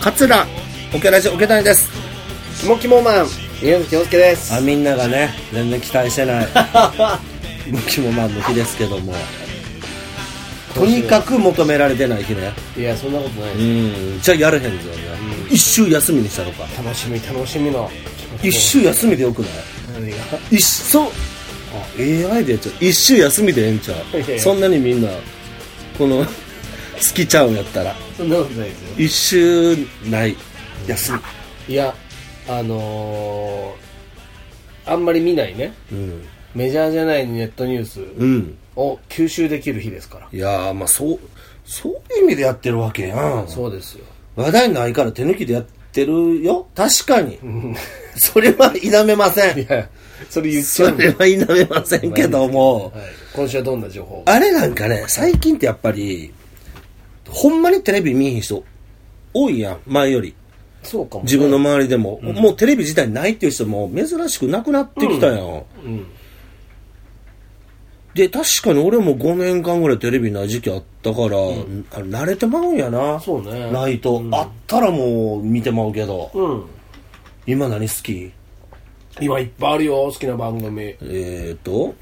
桂オケラジオケ谷ですキモキモマン宮崎洋介ですあみんながね全然期待して ない向きもまあ向きですけどもとにかく求められてない日ねいやそんなことないでうんじゃあやれへんぞね、一週休みにしたのかす楽しみ楽しみの一週休みでよくない何が一そうあ AI でやっちゃう一週休みでええんちゃいやいうやそんなにみんなこの好きちゃうんやったらそんなことないですよ一週ない休みいやあのー、あんまり見ないねうんメジャーじゃないネットニュースうんを吸収できる日ですからいやーまあそうそういう意味でやってるわけやんそうですよ 話題ないから手抜きでやってるよ確かにそれは否めませんいやそれ言っちそゃうんだれよ、は否めませんけどもはい、今週はどんな情報あれなんかね最近ってやっぱりほんまにテレビ見ひん人多いやん前よりそうかも自分の周りでも、もうテレビ自体ないっていう人も珍しくなくなってきたやん、うんで確かに俺も5年間ぐらいテレビない時期あったから、あ慣れてまうんやなそうねないと、あったらもう見てまうけど、うん今何好き今いっぱいあるよ好きな番組えーと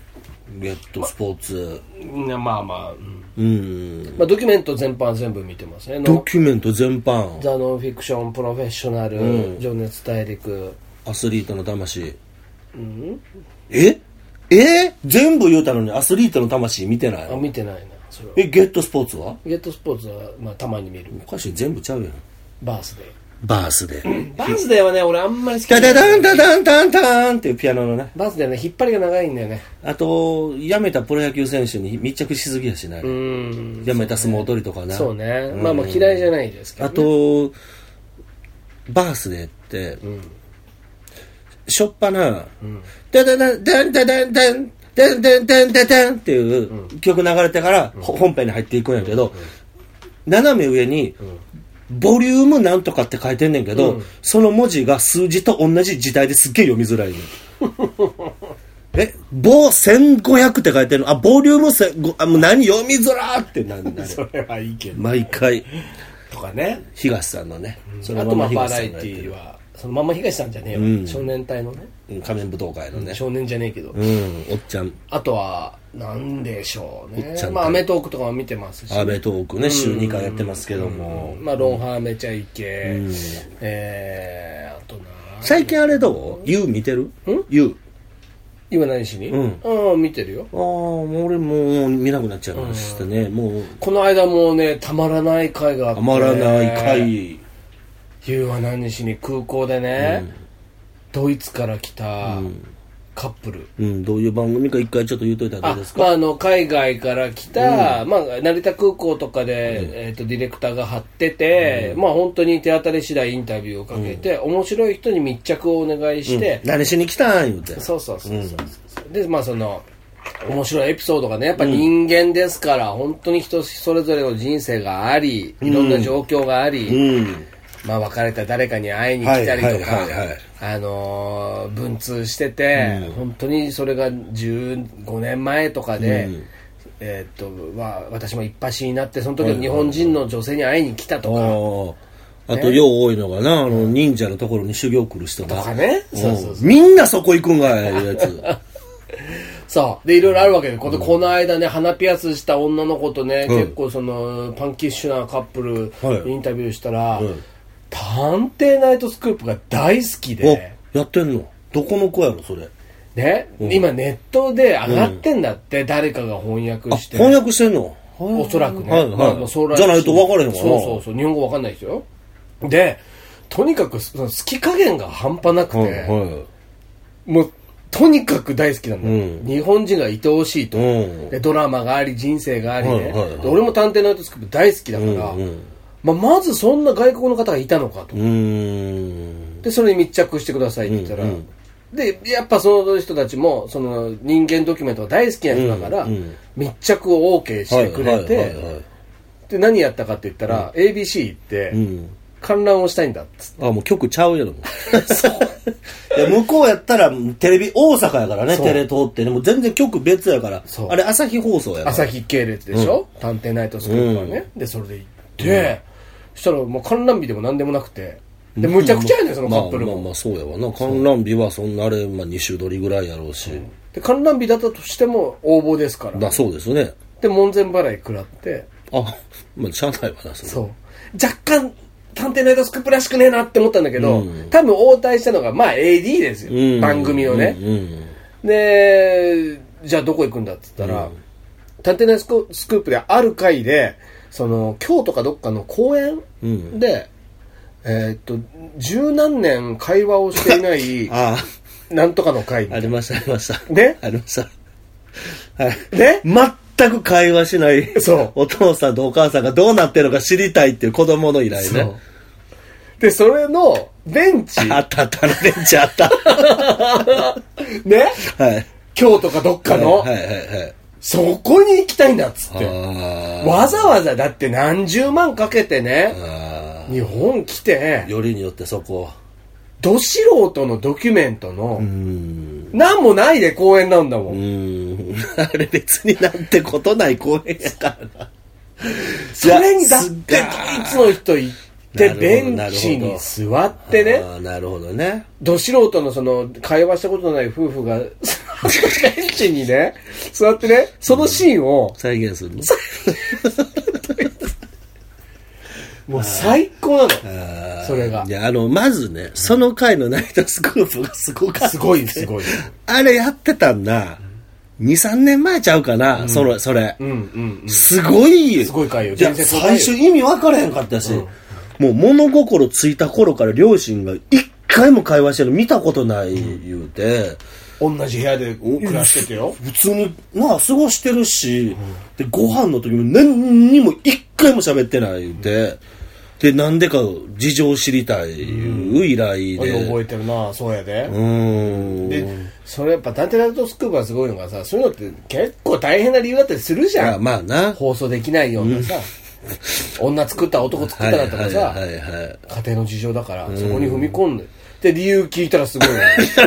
ゲットスポーツうんまあまあ、うんうんまあ、ドキュメント全般全部見てますねノンドキュメント全般ザ・ノンフィクション、プロフェッショナル、情熱大陸。アスリートの魂うんええ全部言うたのにアスリートの魂見てないあ、見てないな、それは。えゲットスポーツはゲットスポーツは、まあ、たまに見る。おかしい全部ちゃうやんバースデバースでー。バースデーはね、俺あんまり好きじダゃなダいダンダダンダンダンっていうピアノのねバースデーはね、引っ張りが長いんだよね。あと辞めたプロ野球選手に密着しすぎやしない、うん。辞めた相撲取りとかなそうね。まあまあ嫌いじゃないですけど、あね。とバースデーって、しょっぱな「ダダダンダンダダンダンダンダンダンダダン」っていう曲流れてからほ本編に入っていくんやけど斜め上に「ボリュームなんとか」って書いてんねんけど、その文字が数字と同じ時代ですっげえ読みづら いの。え、棒1500って書いてるのあ、ボリューム1000ごあ、もう何読みづらーってなん だそれはいいけど。毎回。とかね。東さんのね、そあとまあバ東ラさエんテがやってるィーは、そのまんま東さんじゃねえよ。少年隊のね。うん仮面舞踏会のね、少年じゃねえけど。うん、おっちゃん、あとは、なんでしょうねちゃん。とまあ、アメトークとかも見てますし。アメトークね、週2回やってますけども、まあ、ロンハーめちゃイケ、えー、あとな、最近あれどう ?YOU 見てる ?YOU。今何しにうんうん、見てるよ。ああ、もう俺もう見なくなっちゃいましたね、もう、この間もね、たまらない回があって。たまらない。回、ゆうは何しに空港でね、ドイツから来たカップル。うん、どういう番組か一回ちょっと言うといたらどあうですかまあ、あの海外から来た、まあ、成田空港とかで、えー、とディレクターが張ってて、まあ、本当に手当たり次第インタビューをかけて、面白い人に密着をお願いして、何しに来たん言うて。そうそうそうそうそう、でまあその面白いエピソードがねやっぱ人間ですから、本当に人それぞれの人生がありいろんな状況があり、うん。まあ別れた誰かに会いに来たりとかはいはいはいはいあのー文通してて、本当にそれが15年前とかで。えーっとわ私も一発になってその時の日本人の女性に会いに来たとあか、あ、あと、よう多いのがな、あの、忍者のところに修行来る人が。とかねそうそうそううんみんなそこ行くんがい、いうやつ。そう。で、いろいろあるわけで、このこの間ね、鼻ピアスした女の子とね、ん結構その、パンキッシュなカップはいル、インタビューしたら、うん探偵ナイトスクープが大好きで、おやってんのどこの子やろそれね、今ネットで上がってんだって、誰かが翻訳あして。翻訳してんのおそらくね。はいはいまあまあそうらしじゃないと分からへんわなそうそうそう。日本語分かんないですよ。で、とにかく、その好き加減が半端なくて、はもう、とにかく大好きなんだよ、うん日本人が愛おしいと、うんでドラマがあり人生がありね、はいはいはいで俺も「探偵ナイトスクープ」大好きだから、うんうんまあ、まずそんな外国の方がいたのかと、うーんでそれに密着してくださいって言ったら、うんうんでやっぱその人たちもその人間ドキュメントが大好きな人だから、うんうん密着を OK してくれて、はいはいはいはいで何やったかって言ったら、ABC 行って、うん観覧をしたいんだっつってあもう曲ちゃうやろ そういや向こうやったらテレビ大阪やからねそうテレ東ってねもう全然局別やからそうあれ朝日放送やから朝日系列でしょ、探偵ナイトスクープはね、でそれで行って、そしたらもう観覧日でも何でもなくてでむちゃくちゃやねんそのカップルまあまあもまあそうやわな観覧日はそんなあれ、まあ、2週取りぐらいやろうし、で観覧日だったとしても応募ですからだそうですねで門前払い食らってあまあしゃあないわなそれそう若干探偵のイドスクープらしくねえなって思ったんだけど、うん多分応対したのがまあ AD ですよ、うん番組をね、うんうんでじゃあどこ行くんだって言ったら、うん探偵のイドスクスクープである回でその京都かどっかの公園うんで、えーっと十何年会話をしていな いあなんとかの会あありましたありましたねありましたはいね全く会話しないそうお父さんとお母さんがどうなってるのか知りたいっていう子供の依頼そうねでそれのベンチあったあったレンチあ ったねはい京都かどっかの、はいはいはいそこに行きたいんだっつっあてーわざわざだって何十万かけてね、あ日本来てー、よりによってそこど素人のドキュメントのう、んなんもないで公演なんだも。うんーん あれ別になんてことない公園やからなそれにだっすってがドイツの人行って、なるほどベンチに座ってね、あーなるほどねど素人のその、会話したことのない夫婦が、 ベンチにね、座ってね、そのシーンを、再現するのもう最高なあの。ーそれが い。やあのまずねその回のナイトスクープがすごかったすごい、すごい。あれやってたんな23年前ちゃうかな、それそれ、うん、うん、すごいすごい回よいや伝説の回最よ初意味分からへんかったし、もう物心ついた頃から両親が一回も会話してるの見たことない言うて、うん。同じ部屋で暮らしててよ。普通になあ過ごしてるし、でご飯の時も何にも一回も喋ってない言うて、でなんでか事情知りたいいう依頼あれで、覚えてるな、そうやで。うんで、それやっぱ探偵ナイトスクープがすごいのがさ、そういうのって結構大変な理由だったりするじいゃやん。まあな放送できないようなさ、女作った男作っただとかさ、はいはいはいはい家庭の事情だから、そこに踏み込んで。で、理由聞いたら すごいよね。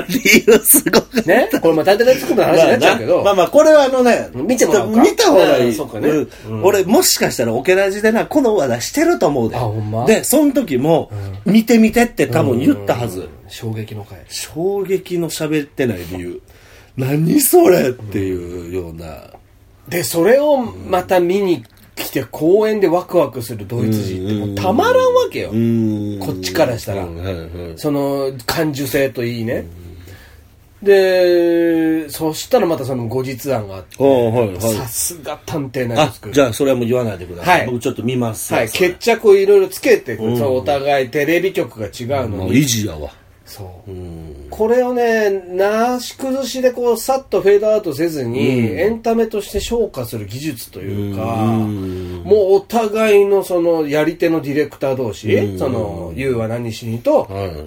理由すごくねこれまあ探偵ナイトスクープの話になっちゃうけど、まあまあ、これはあのね、見てもらおうか見た方がいうんい。そうかねん俺、もしかしたらオケラジでな、この話題してると思うで。あほんまで、その時も、見て見てって多分言ったはず。衝撃の回。衝撃の喋ってない理由。何それっていうような。で、それをまた見に来て公園でワクワクするドイツ人ってもうたまらんわけよ。うーんこっちからしたらうんはいはいその感受性といいね、でそしたらまたその後日談があっておうはいはいさすが探偵ナイトあスク、ーじプゃあそれはもう言わないでください。はい僕ちょっと見ます。はい、それ決着をいろいろつけていく、そのお互いテレビ局が違うのもうに、維持やわ。そううん。これをねなし崩しでこうさっとフェードアウトせずに、エンタメとして昇華する技術というか、うんもうお互いのそのやり手のディレクター同士、その YOU は何しにと、はい。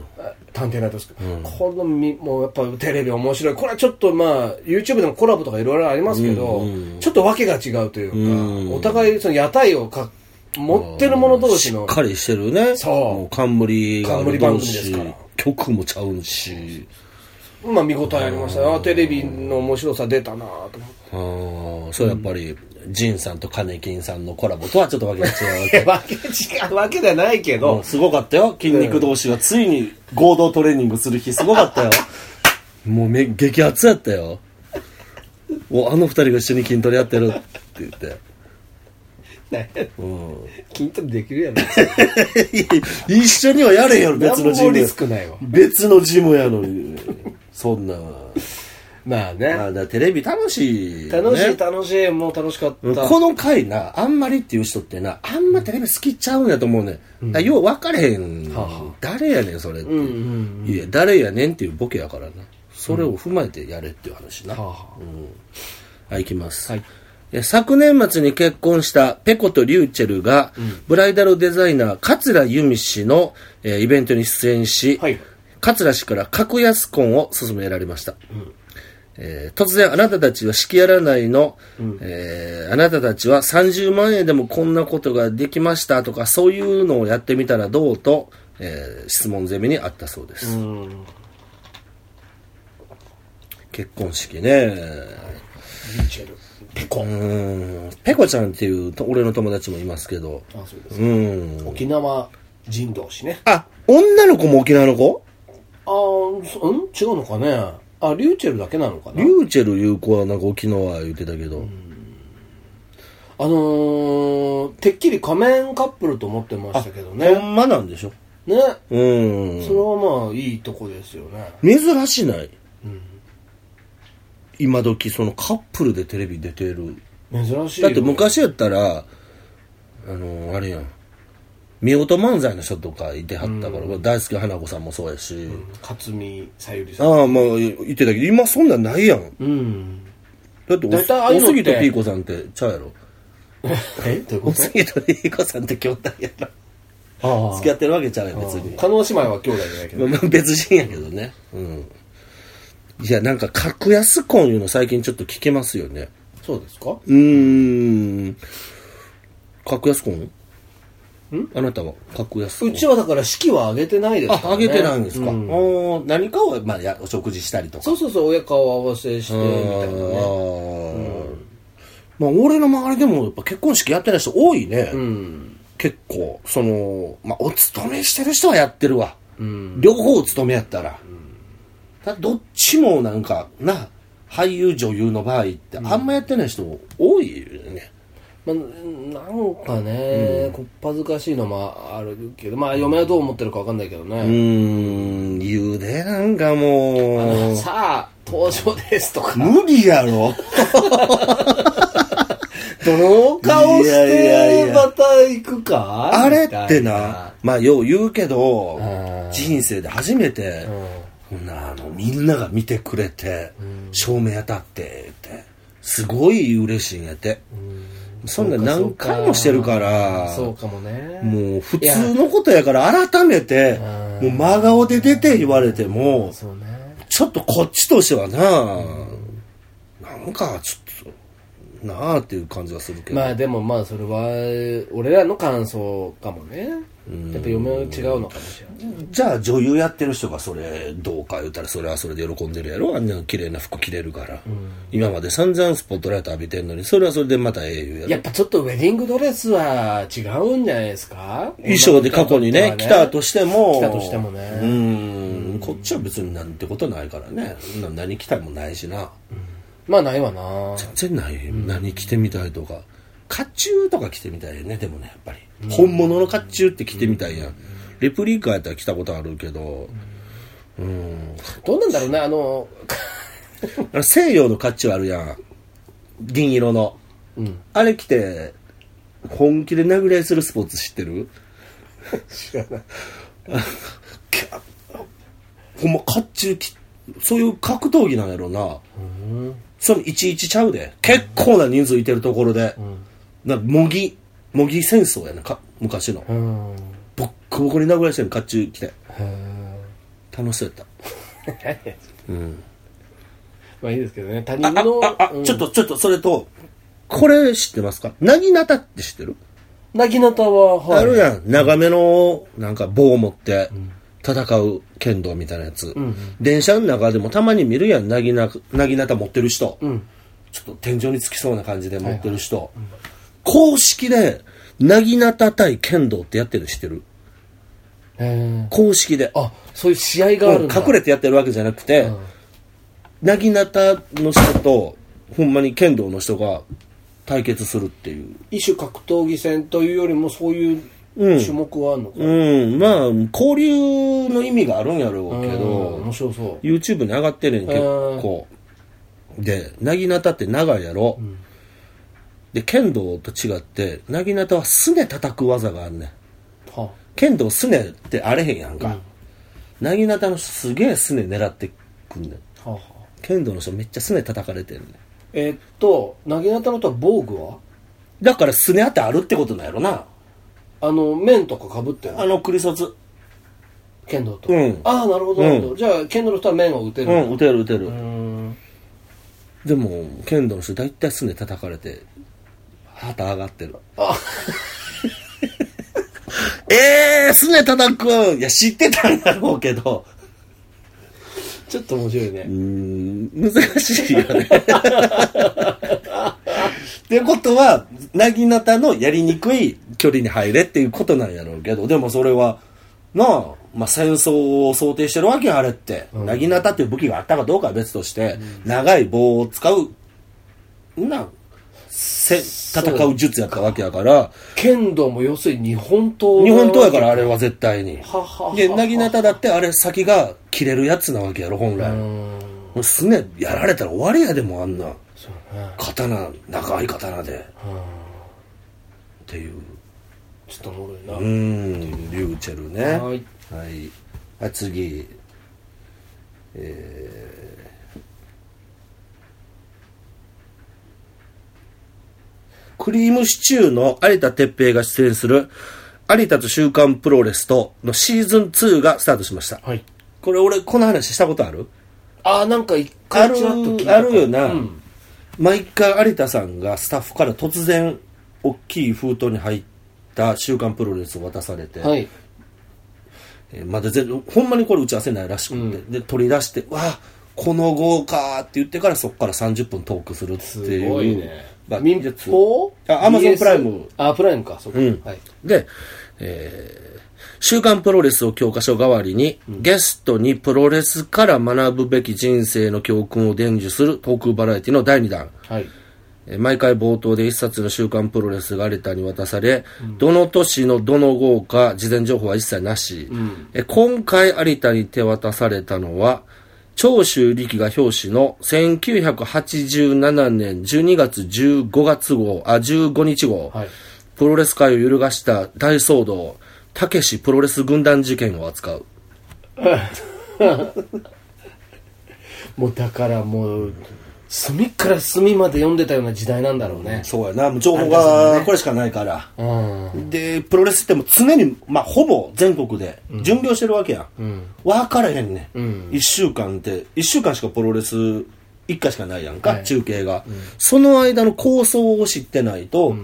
探偵ナイトスクープ、このみもうやっぱテレビ面白いこれはちょっとまあ YouTube でもコラボとかいろいろありますけど、うんちょっと訳が違うというか、うんお互いその屋台をか持ってる者同士のしっかりしてるねそうも冠がある冠番同組です士から曲もちゃうしまあ見応えありましたねあテレビの面白さ出たなと思ってあーそれやっぱり仁、さんとカネキンさんのコラボとはちょっとわけが違う わけわけ違うわけではない けど、うんすごかったよ筋肉同士がついに合同トレーニングする日すごかったよもうめ激アツやったよおあの二人が一緒に筋トレやってるって言って、ねうん、 筋トレできるやろ一緒にはやれへんやろ 別のジ何もムリやスクないわ別のジムやのにそんなんまあね、まあ、だからテレビ楽しいよね、楽しい楽しいもう楽しかった、この回なあんまりっていう人ってなあんまテレビ好きちゃうんやと思うね、んだからよう分かれへん、はあはあ誰やねんそれって、うんうんいや誰やねんっていうボケやからなそれを踏まえてやれっていう話な、はあはあはい、行きます。はいえ昨年末に結婚したペコとリューチェルが、ブライダルデザイナー桂由美氏の、えーイベントに出演し、はい桂氏から格安婚を勧められました。えー突然、あなたたちは式やらないの、えーあなたたちは30万円でもこんなことができましたとか、そういうのをやってみたらどうと、えー質問攻めにあったそうです。うん結婚式ねリーチェルペコ、うんペコちゃんっていうと俺の友達もいますけどあそうですうん沖縄人同士ねあ女の子も沖縄の子あーそうん違うのかねあリューチェルだけなのかなリューチェルいう子はなんか沖縄言ってたけど、あのー、てっきり仮面カップルと思ってましたけどほねんまなんでしょねうんそれはまあいいとこですよね珍しないうん今時そのカップルでテレビ出てる珍しいよだって昔やったらあのあれやん見事漫才の人とかいてはったから、大好き花子さんもそうやし、勝見さゆりさんああまあ言ってたけど今そんなんないやんうんだってお大体ああいうのおって杉とピーコさんってちゃうやろ えどういうおこと杉とピーコさんって兄弟やろああ付き合ってるわけちゃうやん別に加納姉妹は兄弟じゃないけまどあまあ別人やけどねうんいやなんか格安婚いうの最近ちょっと聞けますよねそうですかうーん格安婚んあなたは格安う婚ちはだから式は上げてないですあ、から、ね、あげてないんですか。うおー何かを、まあ、やお食事したりとか。そうそうそう親顔合わせしてみあたいなねーまあ、俺の周りでもやっぱ結婚式やってない人多いね。うん結構、その、まあ、お勤めしてる人はやってるわ。うん両方お勤めやったら。ただどっちもなんか、な、俳優女優の場合ってあんまやってない人多いよね。まあ、なんかね、こっぱずかしいのもあるけどまあ嫁はどう思ってるかわかんないけどうね、ーん、言うで、なんかもう、さあ登場ですとか無理やろ。どの顔しいやいやいてやまた行くかあれっみたていな、まあよう言うけどん、人生で初めて、こんなあの、みんなが見てくれて、照明当たって、って、すごい嬉しいんやって。そんな何回もしてるから、そうかもねもう普通のことやから改めて、もう真顔で出て言われても、そうねちょっとこっちとしてはな、なんかちょっと、なあっていう感じはするけど。まあでもまあそれは俺らの感想かもねやっぱ嫁は違うのかもしれないじゃあ女優やってる人がそれどうか言うたらそれはそれで喜んでるやろあんな綺麗な服着れるから、今まで散々スポットライト浴びてんのにそれはそれでまた英雄やろやっぱちょっとウェディングドレスは違うんじゃないですか衣装で過去にね来たとしても来たとしてもねうーんこっちは別になんてことないからねな何着たいもないしな、まあないわな全然ない、何着てみたいとか甲冑とか着てみたいよねでもねやっぱり、本物の甲冑って着てみたいやん、レプリカやったら着たことあるけど、どうなんだろうねあのあの西洋の甲冑あるやん銀色の、うんあれ着て本気で殴り合いするスポーツ知ってる知らないキャ ほんま甲冑きそういう格闘技なんやろなそれもいちいちちゃうで結構な人数いてるところで、なんか模擬模擬戦争やなか昔の、うんへボッコボコに殴り合いしてる甲冑着てえ楽しそうやっ まあいいですけどね他人たあのあああ、うんちょっとちょっとそれとこれ知ってますか薙刀って知ってるなぎなたははあいるやん長めのなんか棒を持って戦う剣道みたいなやつ、電車の中でもたまに見るやんなぎななぎなた持ってる人、んちょっと天井につきそうな感じで持ってる人、公式でなぎなた対剣道ってやってるの知ってるへえ公式であそういう試合があるんだ隠れてやってるわけじゃなくて、なぎなたの人とほんまに剣道の人が対決するっていう一種格闘技戦というよりもそういう種目はあるのかなうんまあ交流の意味があるんやろうけど、うん面白そう YouTube に上がってるん結構でなぎなたって長いやろ、で剣道と違ってなぎなたはすね叩く技があんねんは剣道すねってあれへんやんか、なぎなたの人すげえすね狙ってくんねんあはあ剣道の人めっちゃすね叩かれてんねんえっとなぎなたのとは防具はだからすね当てあるってことなんやろなあの面とかかぶってるあのクリソツ剣道と、うんああなるほど、なるほどじゃあ剣道の人は面を打てるうんだん打てる打てる、うんでも剣道の人大体すね叩かれて旗上がってるあ ええー、すね叩くんいや知ってたんだろうけどちょっと面白いね、うーん難しいよねってことは、なぎなたのやりにくい距離に入れっていうことなんやろうけど、でもそれは、なあ、まあ、戦争を想定してるわけや、あれって。んなぎなたっていう武器があったかどうかは別として、長い棒を使う、な、せ、戦う術やったわけやから、剣道も要するに日本刀日本刀やからあれは絶対に。はははで、なぎなただってあれ先が切れるやつなわけやろ、本来。うもんうすね、やられたら終わりやでもあんな。そうね刀、長い刀で。っていう。ちょっとおもろいうな、ん、リューチェルね。はいはい。あ、次。えークリームシチューの有田哲平が出演する有田と週刊プロレスとのシーズン2がスタートしました。はいこれ俺、この話したことあるああなんか一あ回るちらっと聞いたかあるよな、うん毎回有田さんがスタッフから突然大きい封筒に入った週刊プロレスを渡されて、はいえーまだ全然ほんまにこれ打ち合わせないらしくて、で取り出して「わあこの号か」って言ってからそこから30分トークするっていうすごいねまあ民やつ放あ Amazon BS プライムあプライムかそっか、うんはいで、えー週刊プロレスを教科書代わりに、ゲストにプロレスから学ぶべき人生の教訓を伝授するトークバラエティの第2弾はいえー毎回冒頭で一冊の週刊プロレスがレターに渡され、どの年のどの号か事前情報は一切なし、えー今回有田に手渡されたのは、長州力が表紙の1987年12月15月号、あ、15日号、はいプロレス界を揺るがした大騒動、たけしプロレス軍団事件を扱う。もうだからもう隅から隅まで読んでたような時代なんだろうねそうやな、もう情報がこれしかないから。うんで、プロレスってもう常に、まあ、ほぼ全国で巡業してるわけやん。分からへんね、ん1週間って、1週間しかプロレス1回しかないやんか、はい中継が、その間の構想を知ってないと、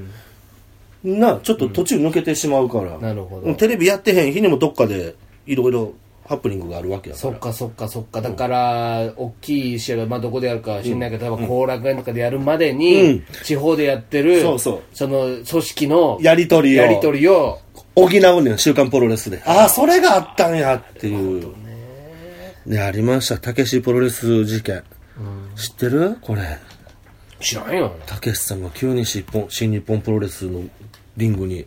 なあ、ちょっと途中抜けてしまうから。なるほどテレビやってへん日にもどっかで、いろいろハプニングがあるわけやかそっら。かそっかそっかだから大きい試合が、まあ、どこでやるかは知らないけど、例えば後楽園とかでやるまでに、うん地方でやってるそうそうその組織のやりとりをやり取りを補うねん、週刊プロレスで。ああ、それがあったんやっていう。ね、ありました。たけしプロレス事件。知ってるこれ。知らんよたけしさんが急に新日本新日本プロレスのリングに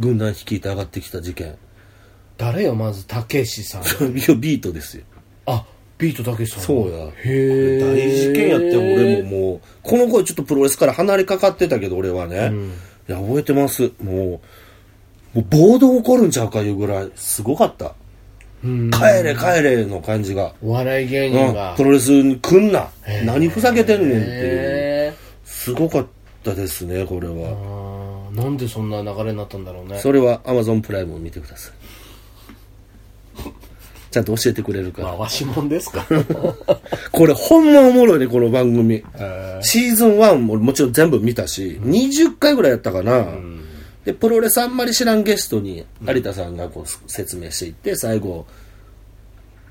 軍団率いて上がってきた事件いや誰よまずたけしさん ビートですよあビートたけしさんそうやへえ大事件やって俺ももうこの頃ちょっとプロレスから離れかかってたけど俺はね、いや覚えてますもうもう暴動起こるんちゃうかいうぐらいすごかったうん帰れ帰れの感じが、お笑い芸う人んがプロレスに来んなへー何ふざけてんねんっていうへすごかったですねこれは、えあーなんでそんな流れになったんだろうねそれは Amazon プライムを見てください。ちゃんと教えてくれるから。わしもんで すかこれほんまおもろいね、この番組。シーズン1ももちろん全部見たし、20回ぐらいやったかな。で、プロレスあんまり知らんゲストに有田さんがこう説明していって、最後、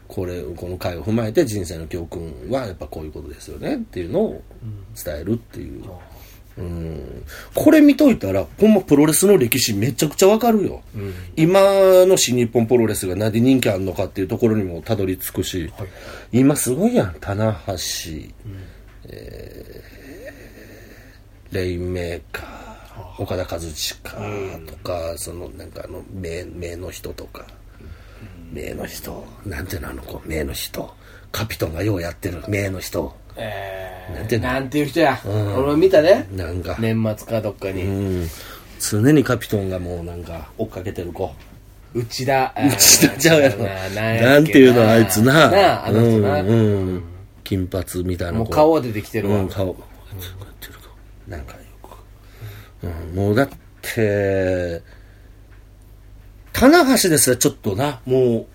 これ、この回を踏まえて人生の教訓はやっぱこういうことですよねっていうのを伝えるっていう。うんこれ見といたら、ほんまプロレスの歴史めちゃくちゃわかるよ。今の新日本プロレスがなぜ人気あんのかっていうところにもたどり着くし、今すごいやん。棚橋、えーレインメーカー、岡田和親とか、そのなんかあの名、名の人とか、名の人、なんていうのあの子、名の人、カピトンがようやってる名の人、えーなんていうのなんていう人や、俺も見たねなんか。年末かどっかに、うん常にカピトンがもうなんか追っかけてる 子内田ちっちゃうやろななんていうのあいつななああの人な、うんうん金髪みたいな子もう顔は出てきてるわ、うん顔こうやってる子なんかよく、うん、もうだって棚橋ですらちょっとなもう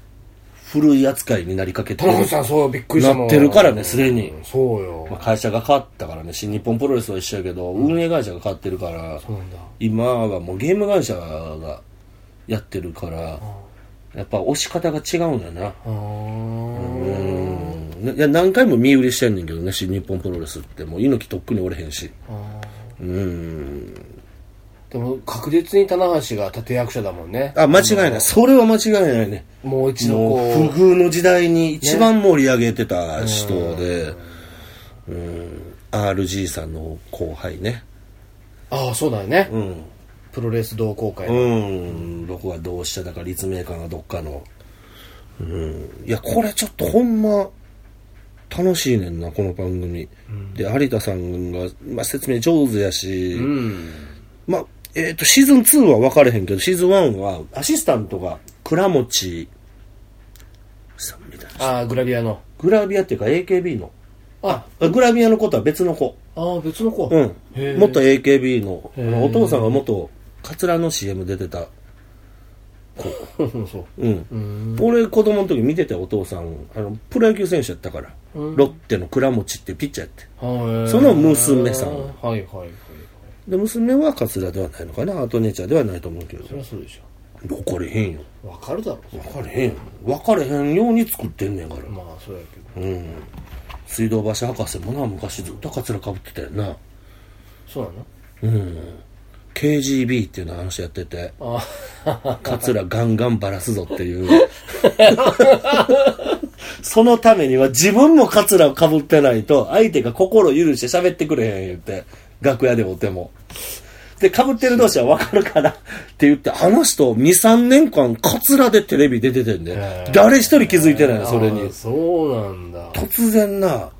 古い扱いになりかけて田中さんそうびっくりしたもんなってるからねすでにうんそうよ、まあ、会社が変わったからね新日本プロレスは一緒やけど、運営会社が変わってるからそうなんだ今はもうゲーム会社がやってるから、やっぱ押し方が違うんだよな、あーうんいや何回も見売りしてんねんけどね新日本プロレスってもう猪木とっくにおれへんしあうん。でも確実に棚橋が立役者だもんねあ、間違いない。それは間違いないね。もう一度こもうう不遇の時代に一番盛り上げてた人で、うん、RG さんの後輩ね。ああそうだよね、うん。プロレス同好会、うん。どこがどうしただか立命館がどっかの。うん。いや、これちょっとほんま、楽しいねんな、この番組。で、有田さんが、まあ、説明上手やし、うんまあ、えっ、と、シーズン2は分かれへんけど、シーズン1はアシスタントが倉持さんみたいな。ああグラビアのグラビアっていうか AKB の。ああグラビアの子とは別の子。ああ別の子うんへえ。元 AKB の、あへえのお父さんが元、カツラの CM 出てた。 そううん。うん俺子供の時見ててお父さん、あの、プロ野球選手やったから、うんロッテの倉持っていうピッチャーやって。はいその娘さんはいはいはいで、娘はカツラではないのかな、アートネイチャーではないと思うけどそ。りゃそうでし分かれへんよ。ょわかるだろ分かれへんよ。分かれへんように作ってんねんから。まあそうやけどうん。水道橋博士もな、昔ずっとカツラかぶってたよな。そうなのうん。KGB っていうの話やってて。あカツラガンガンバラすぞっていう。 そのためには自分もカツラをかぶってないと、相手が心許して喋ってくれへん言って、楽屋でおても。で、かぶってる同士はわかるからって言って、あの人2、3年間カツラでテレビ出ててんでへー、誰一人気づいてないの、あそれにああ。そうなんだ突然な、あ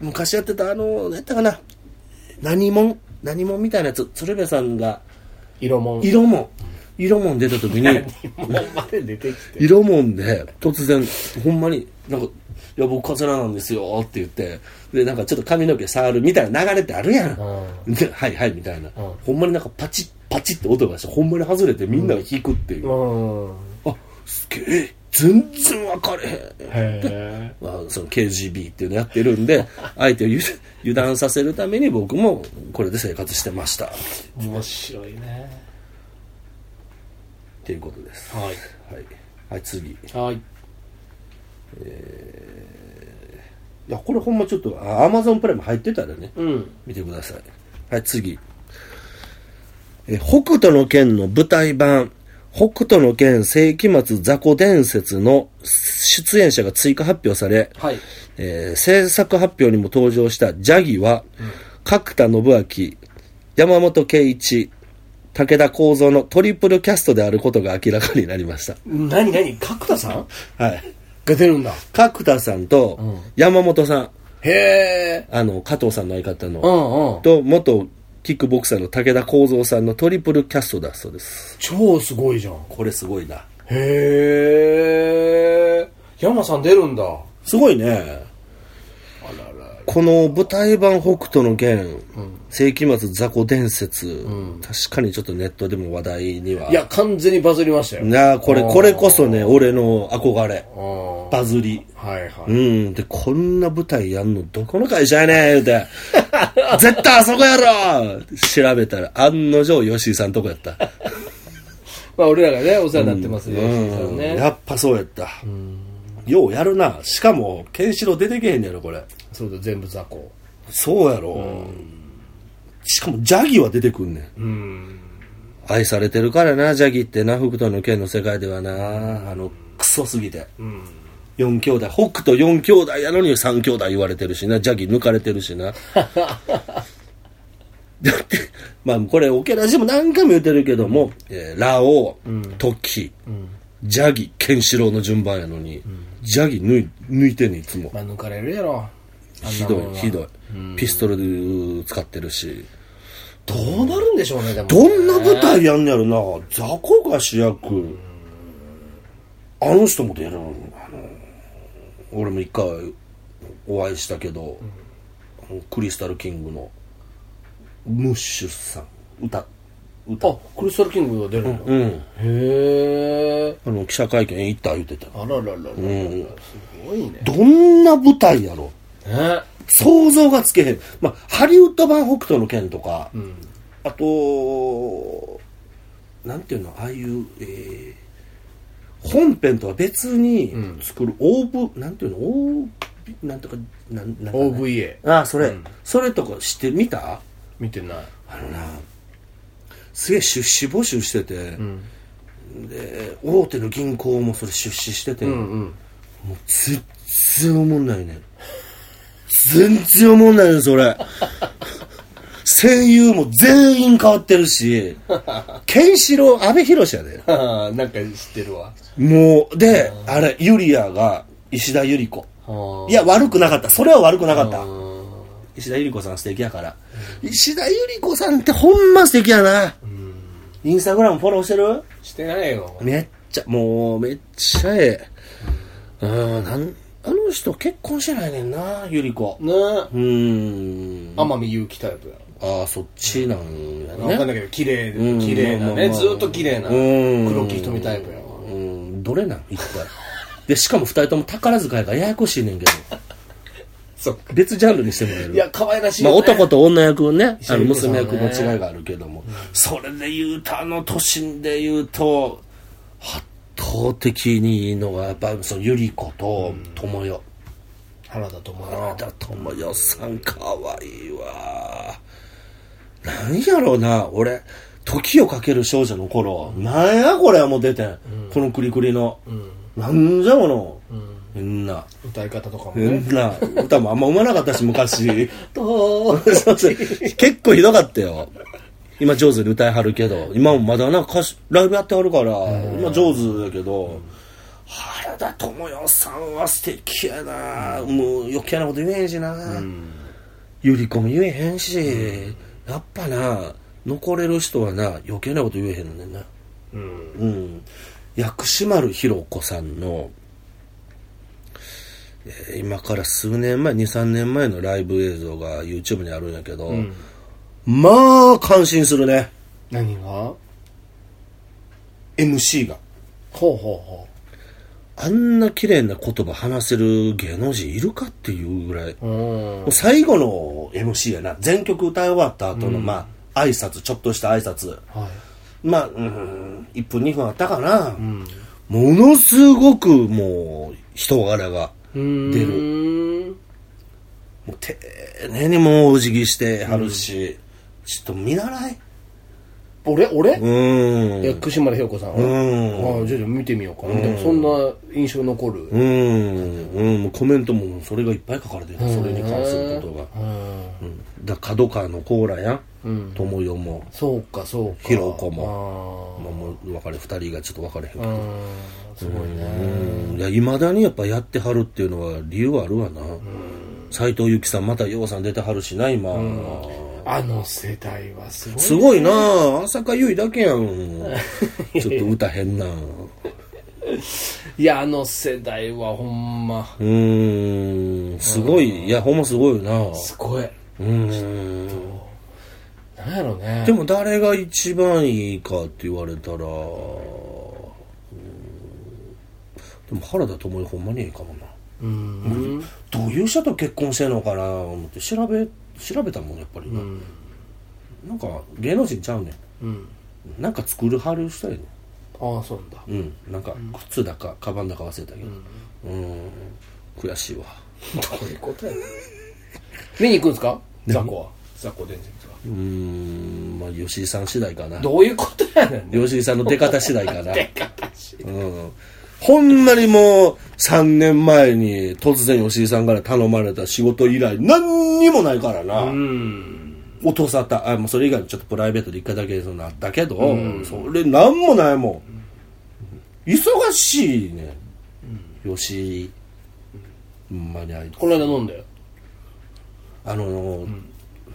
昔やってたあの、何やったかな、何もん、何もんみたいなやつ、鶴瓶さんが、色もん色もん、色もん出た 時に、もんまで出てきて色もんで、突然、ほんまに、なんか、いや、僕カツラなんですよって言って、で、なんかちょっと髪の毛触るみたいな流れってあるやん。うではいはいみたいな、んほんまになんかパチッ、パチッって音がして、ほんまに外れてみんなが引くっていう。うんあ、すげえ、全然分かれへん。へえまあ、その KGB っていうのやってるんで、相手をゆ油断させるために僕もこれで生活してました。っ面白いねていうことです。はいはい。はい、次。いはいや、これほんまちょっと、アマゾンプライム入ってたらね、うん見てください。はい、次。え、北斗の剣の舞台版、北斗の剣世紀末雑魚伝説の出演者が追加発表され、はいえー制作発表にも登場したジャギは、角田信明、山本圭一、武田幸三のトリプルキャストであることが明らかになりました。何何角田さんはい。が出るんだ角田さんとん山本さん、へえあの、加藤さんの相方の、うんうんと元キックボクサーの武田幸三さんのトリプルキャストだそうです超すごいじゃんこれすごいなへえ山さん出るんだあすごいねららこの舞台版北斗の剣、世紀末雑魚伝説、確かにちょっとネットでも話題にはいや完全にバズりましたよなあこれこれこそね俺の憧れあーバズりはいはういんでこんな舞台やんのどこの会社やねん言 うて絶対あそこやろ調べたら案の定吉井さんとこやったまあ俺らがねお世話になってますよ吉井さうんんねやっぱそうやったようやるなしかもケンシロウ出てけへんねやろこれそうだ全部雑魚そうやろしかもジャギは出てくんねんうん愛されてるからなジャギってな北斗の剣の世界ではなあのクソすぎてうん4兄弟北斗4兄弟やのに3兄弟言われてるしなジャギ抜かれてるしな だってまあこれオケラジも何回も言ってるけども、えーラオウトキ、ジャギケンシロウの順番やのに、ジャギ抜い抜いてんねんいつもまあ抜かれるやろあんひなどもんいはひどいピストルで使ってるしどうなるんでしょうねでもどんな舞台やんねやろな雑魚が主役あの人も出るのあの俺も一回お会いしたけど、クリスタルキングのムッシュさん歌歌あクリスタルキングが出るんだうんへえあの記者会見行った言うてたあらららららんすごいねどんな舞台やろね想像がつけへん、まあ、ハリウッド版北斗の拳とか、うんあと、なんていうの、ああいう、えー本編とは別に作る、オーブ、なんていうの、オービ、なんとか、なんなんかね、 OVA ああ、それ、それとかしてみた見てないあのなすげえ出資募集してて、うんで大手の銀行もそれ出資してて、うん うんもう全然おもんないねん全然おもんないねんそれ声優も全員変わってるしケンシロウ阿部寛やでははなんか知ってるわもうであれユリアが石田ゆり子いや悪くなかったそれは悪くなかった石田ゆり子さん素敵やから、石田ゆり子さんってほんま素敵やな、インスタグラムフォローしてるしてないよめっちゃもうめっちゃええうんなんあの人結婚してないねんなゆり子うねーんあ天海祐希タイプだあそっちなんや分かねんないけど綺麗でうん綺麗まあなまあねまあずっと綺麗なうん黒木瞳タイプやわうんどれなん一体 でしかも二人とも宝塚やからややこしいねんけどそっか別ジャンルにしてもらえるいや可愛らしいまあ、よね男と女役ね、石あ井のゆきさん娘ね役の違いがあるけども、それで言うと、あの都心で言うと、圧倒的にいいのが、やっぱそのゆり子と友よ。原田智あな也た友よさんかわいいわ。なんやろうな、俺、時をかける少女の頃、なんやこれはもう出てん。このクリクリの。なんじゃこの、みんな。歌い方とかもみねんな、歌もあんまうまなかったし、昔。とそうそう結構ひどかったよ今上手に歌いはるけど今もまだなんか歌手ライブやってはるから今上手だけど原田知世さんは素敵やなもう余計なこと言えへんしなゆり子も言えへんしやっぱな残れる人はな余計なこと言えへんねんなうんうん薬師丸ひろ子さんの、えー今から数年前23年前のライブ映像が YouTube にあるんやけど、うんまあ感心するね何が MC がほうほうほあんな綺麗な言葉話せる芸能人いるかっていうぐらい、ううんもう最後の MC やな全曲歌い終わった後の、まあ挨拶ちょっとした挨拶はいまあ、うん、1分2分あったかな、うんものすごくもう人柄が出るもう丁寧にもうお辞儀してはるし、ちょっと見習い俺俺うーん串丸ひよこさんうんああじゃあ見てみようかなでもそんな印象残るうーんうんもうコメントもそれがいっぱい書かれてるそれに関することが、うんうん、だ角川のコーラやうん友よもそうかそうかひろこもまあもう分かれ二人がちょっと分かれへんけうどんすごいねうんいやいまだにやっぱやってはるっていうのは理由あるわな斎藤由貴さんまたようさん出てはるしな今あの世代はすごいすごいなあ浅香唯だけ やんちょっと歌変ないやあの世代はほんまうーん、すごい。いや、ほんますごいよな。うすごいーん。なんやろねでも誰が一番いいかって言われたら、うーんでも原田知世ほんまにいいかもな。うんどういう人と結婚してんのかな思って調べ、調べたもん、やっぱりな。うんなんか芸能人ちゃうねうんん。なんか作るはる人やねああそうなんだん。うん。なんか靴だか、カバンだか忘れたけど。うーん。悔しいわ。どういうことやねん見に行くんですかザコはザコ伝説はうーん、まあ、吉井さん次第かな。どういうことやねんね吉井さんの出方次第かな。でかたしうんほんなにもう3年前に突然吉井さんから頼まれた仕事以来何にもないからな、うん音沙汰あもうそれ以外にちょっとプライベートで一回だけそのあったけど、それ何もないもん忙しいね、吉井ほんまにあいつこの間飲んだよあの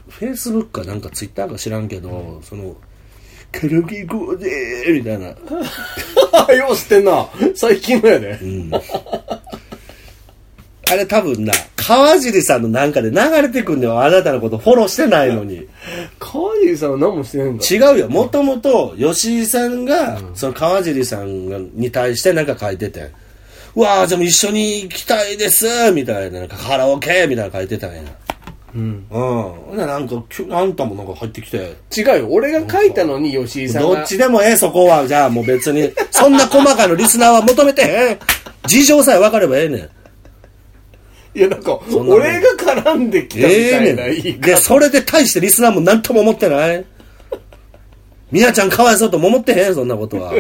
フェイスブックかなんかツイッターか知らんけど、その「カラオケ行こうぜ」みたいなあよう知ってん な最近のやであれ多分な、川尻さんのなんかで流れてくんだよ。あなたのことフォローしてないのに。川尻さんは何もしてないんだ違うよ。もともと、吉井さんが、その川尻さんに対してなんか書いてて。うわあでも一緒に行きたいですみたいな、なんかカラオケみたいなの書いてたんや。うんうん。ほんならなんか、きゅあんたもなんか入ってきて。違うよ俺が書いたのに吉井さんがどっちでもええ、そこは。じゃあもう別に、そんな細かなリスナーは求めてへん。事情さえ分かればええねん。いいやなんかそんなの俺が絡んできたみたいな言いん方で、それで対してリスナーも何とも思ってない みなちゃんかわいそうとも思ってへん、そんなことは。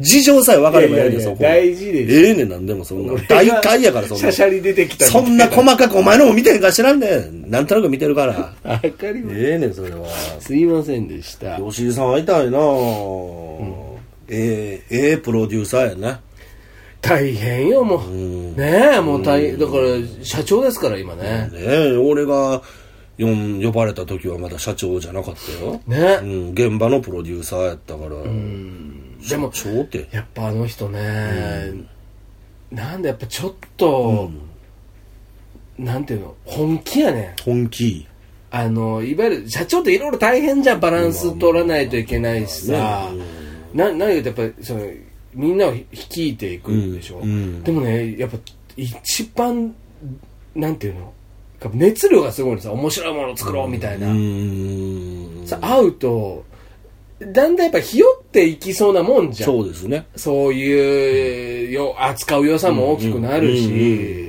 事情さえ分かればええねん、いやいやいそやこは。大事でしょええねん、なんでもそんな。大体やから、そんしゃしゃな。り出てきたみたそいんな細かくお前のも見てへんから知らんねん。なんとなく見てるから。わかりますええねん、それは。すいませんでした吉井さん会いたいなぁ、ええええプロデューサーやな。大変よもうねえもう大だから社長ですから今ねねえ、俺が呼ん呼ばれた時はまだ社長じゃなかったよ。ねうん、現場のプロデューサーやったから。でも社長って。やっぱあの人ね、なんでやっぱちょっと、なんていうの本気やね本気。あのいわゆる社長っていろいろ大変じゃんバランス取らないといけないしさ、な何言うとやっぱりそのみんなを率いていくんでしょ、うんうんでもねやっぱ一番なんていうのやっぱ熱量がすごいんですよ面白いものを作ろうみたいうな、ーん。さ会うとだんだんやっぱひよっていきそうなもんじゃんそうですね。そういうよ扱う良さも大きくなるし、うんうん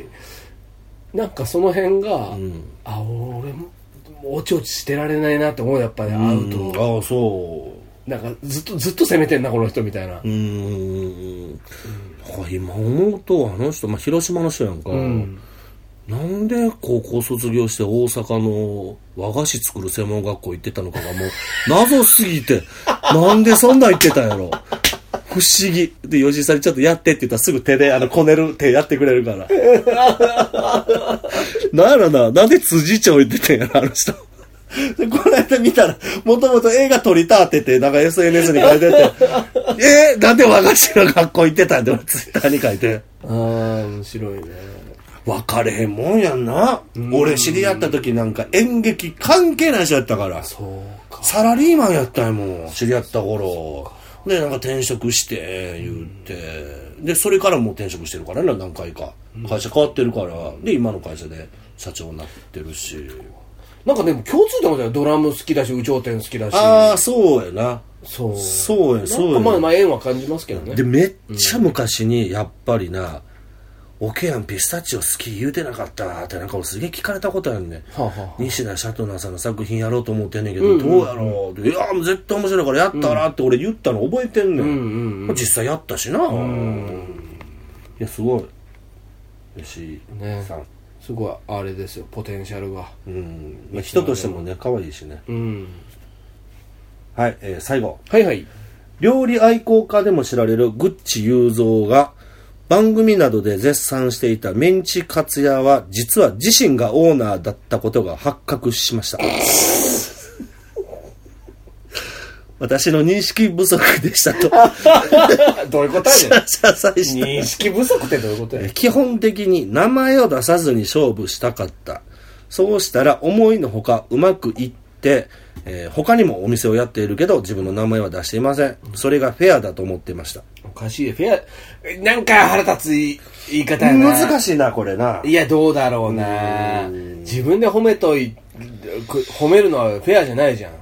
なんかその辺が、んあ俺もおちおちしてられないなって思うやっぱね会うと、うんああ、そう。なんかずっとずっと責めてんなこの人みたいな、うーんなんか今思うとあの人、まあ、広島の人やんか、んなんで高校卒業して大阪の和菓子作る専門学校行ってたのかがもう 謎すぎてなんでそんなん言ってたんやろ不思議で吉井さんにちょっとやってって言ったらすぐ手であのこねる手やってくれるから なんやろななんで辻町行ってたんやろあの人で、この間見たら、もともと映画撮りたってて、なんか SNS に書いてて、 えー、なんで和菓子の学校行ってたんって、ツイッターに書いて。ああ面白いね分かれへんもんやんな。俺知り合った時なんか演劇関係ない人やったから。そうかサラリーマンやったんやもん、知り合った頃。で、なんか転職して、言って。で、それからもう転職してるからな、何回か。会社変わってるから。で、今の会社で社長になってるし。なんかでも共通点もじゃドラム好きだし有頂天好きだしああ、そうやな。そうそうや、そうや。なんかまあまあ縁は感じますけどねでめっちゃ昔にやっぱりな「オケやんピスタチオ好き言うてなかった」ってなんか俺すげえ聞かれたことあるねんはあはあはあ西田シャトナーさんの作品やろうと思ってんねんけど、どうやろうって「いやもう絶対面白いからやったら」って俺言ったの覚えてんねん,、ん実際やったしな、いやすごい吉井ねさん、すごいあれですよポテンシャルがうんまあ、人としてもね可愛いしねうんはい、えー最後はいはい料理愛好家でも知られるグッチ雄三が番組などで絶賛していたメンチカツ屋は実は自身がオーナーだったことが発覚しました。私の認識不足でしたとどういうことやねん謝罪した。認識不足ってどういうことやえ基本的に名前を出さずに勝負したかったそうしたら思いのほかうまくいって、えー他にもお店をやっているけど自分の名前は出していませんそれがフェアだと思っていましたおかしいフェアなんか腹立つい言い方やな難しいなこれないやどうだろうな自分で褒めといく褒めるのはフェアじゃないじゃん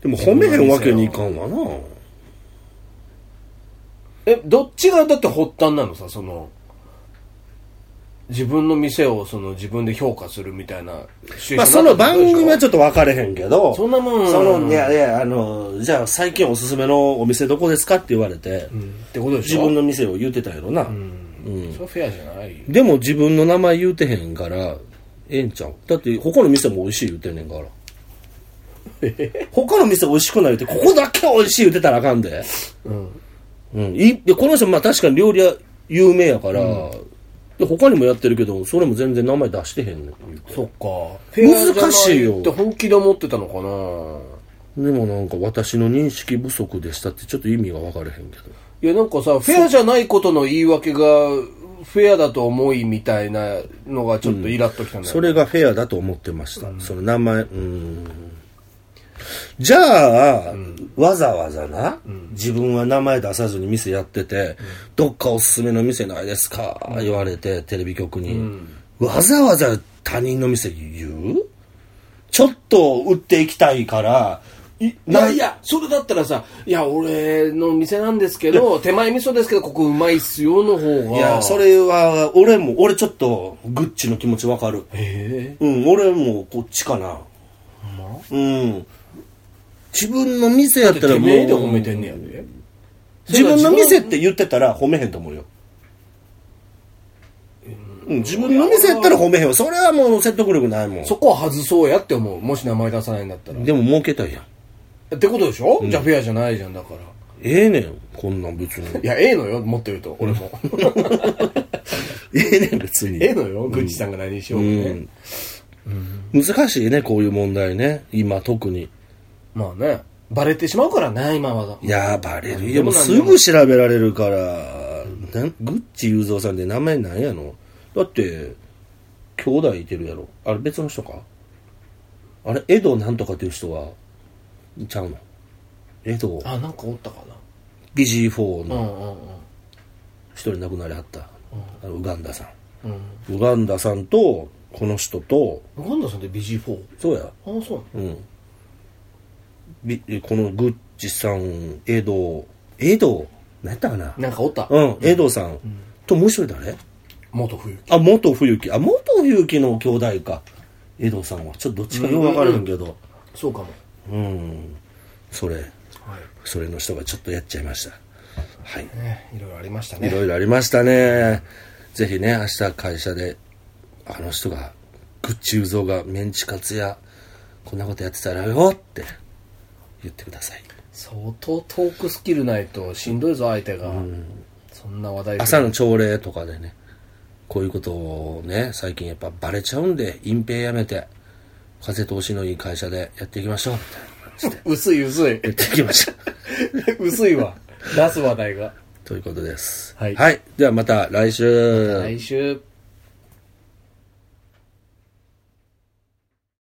でも褒めへんわけにいかんわなえどっちがだって発端なのさその自分の店をその自分で評価するみたいなシチュエまあーショそンだのったっ番てことでしょ組はちょっと分かれへんけどそんなもんそのいやいやあのじゃあ最近おすすめのお店どこですかって言われて、ってことでし自ょ分の店を言ってたんやろな、それはフェアじゃないよでも自分の名前言うてへんから、ええんちゃうだって、他の店も美味しい言うてんねんから。他の店美味しくない言うて、ここだけ美味しい言うてたらあかんで。うんうん。いいでこの人、まあ確かに料理は有名やから、で他にもやってるけど、それも全然名前出してへんねん言うてそっか難しいよフェアじゃなって本気で思ってたのかなでもなんか私の認識不足でしたってちょっと意味が分かれへんけど。いやなんかさフェアじゃないことの言い訳がフェアだと思いみたいなのがちょっとイラっときたんだよ、それがフェアだと思ってました。その名前、うーん。じゃあ、わざわざな、自分は名前出さずに店やってて、どっかおすすめの店ないですか、言われて、テレビ局に、わざわざ他人の店言うちょっと売っていきたいから、いいやいや、それだったらさ、いや、俺の店なんですけど、手前味噌ですけど、ここうまいっすよの方が。いや、そ。れは、俺も、俺ちょっと、グッチの気持ちわかる。えうん、俺もこっちかな。うん。自分の店やっえたらてもめえで褒めう、てんねやで。自分の店って言ってたら褒めへんと思うよ。うん、自分の店やったら褒めへんわ。それはもう説得力ないもん。そこは外そうやって思う。もし名前出さないんだったら。でも儲けたいやん。ってことでしょ、じゃあフェアじゃないじゃん、だから。ええねん、こんなん別に。いや、ええのよ、もっと言うと、俺も。ええねん、別に。 ええのよ、グッチさんが何しよううかね。ん。難しいね、こういう問題ね。今、特に。まあね、バレてしまうからね、今は。いやー、バレる。何いや、でももう何すでもぐ調べられるから、なんグッチ雄三さんって名前なんやのだって、兄弟いてるやろ。あれ、別の人かあれ、江戸なんとかっていう人は、ちゃうの。江戸、あ、なんかおったか BG4 な。うのんうんうん。一人亡くなりはった。あのウガンダさうん。ん。ウガンダさんと、この人と、ウガンダさんって BG4? そうや。ああ、そうなのうん。びこのグッチさん、江戸、江戸、何やったかななんかおった。うん、江戸さん。と、もう一人誰元冬木。あ、元冬木。あ、元冬木の兄弟か。江戸さんは。ちょっとどっちかよくわからへんけど。そうかも。うん。それ、はい。それの人がちょっとやっちゃいました。はい。ね、いろいろありましたいね。ろいろありましたね。ぜひね、明日会社で、あの人が、グッチ雄三がメンチカツや、こんなことやってたらよって言ってください。相当トークスキルないとしんどいぞ、相手が。そんな話題朝の朝礼とかでね、こういうことをね、最近やっぱバレちゃうんで、隠蔽やめて、風通しのいい会社でやっていきましょう、みたいな感じで 薄い薄い。やっていきましょう。薄いわ。出す話題が。ということです。はいではまた来週。来週。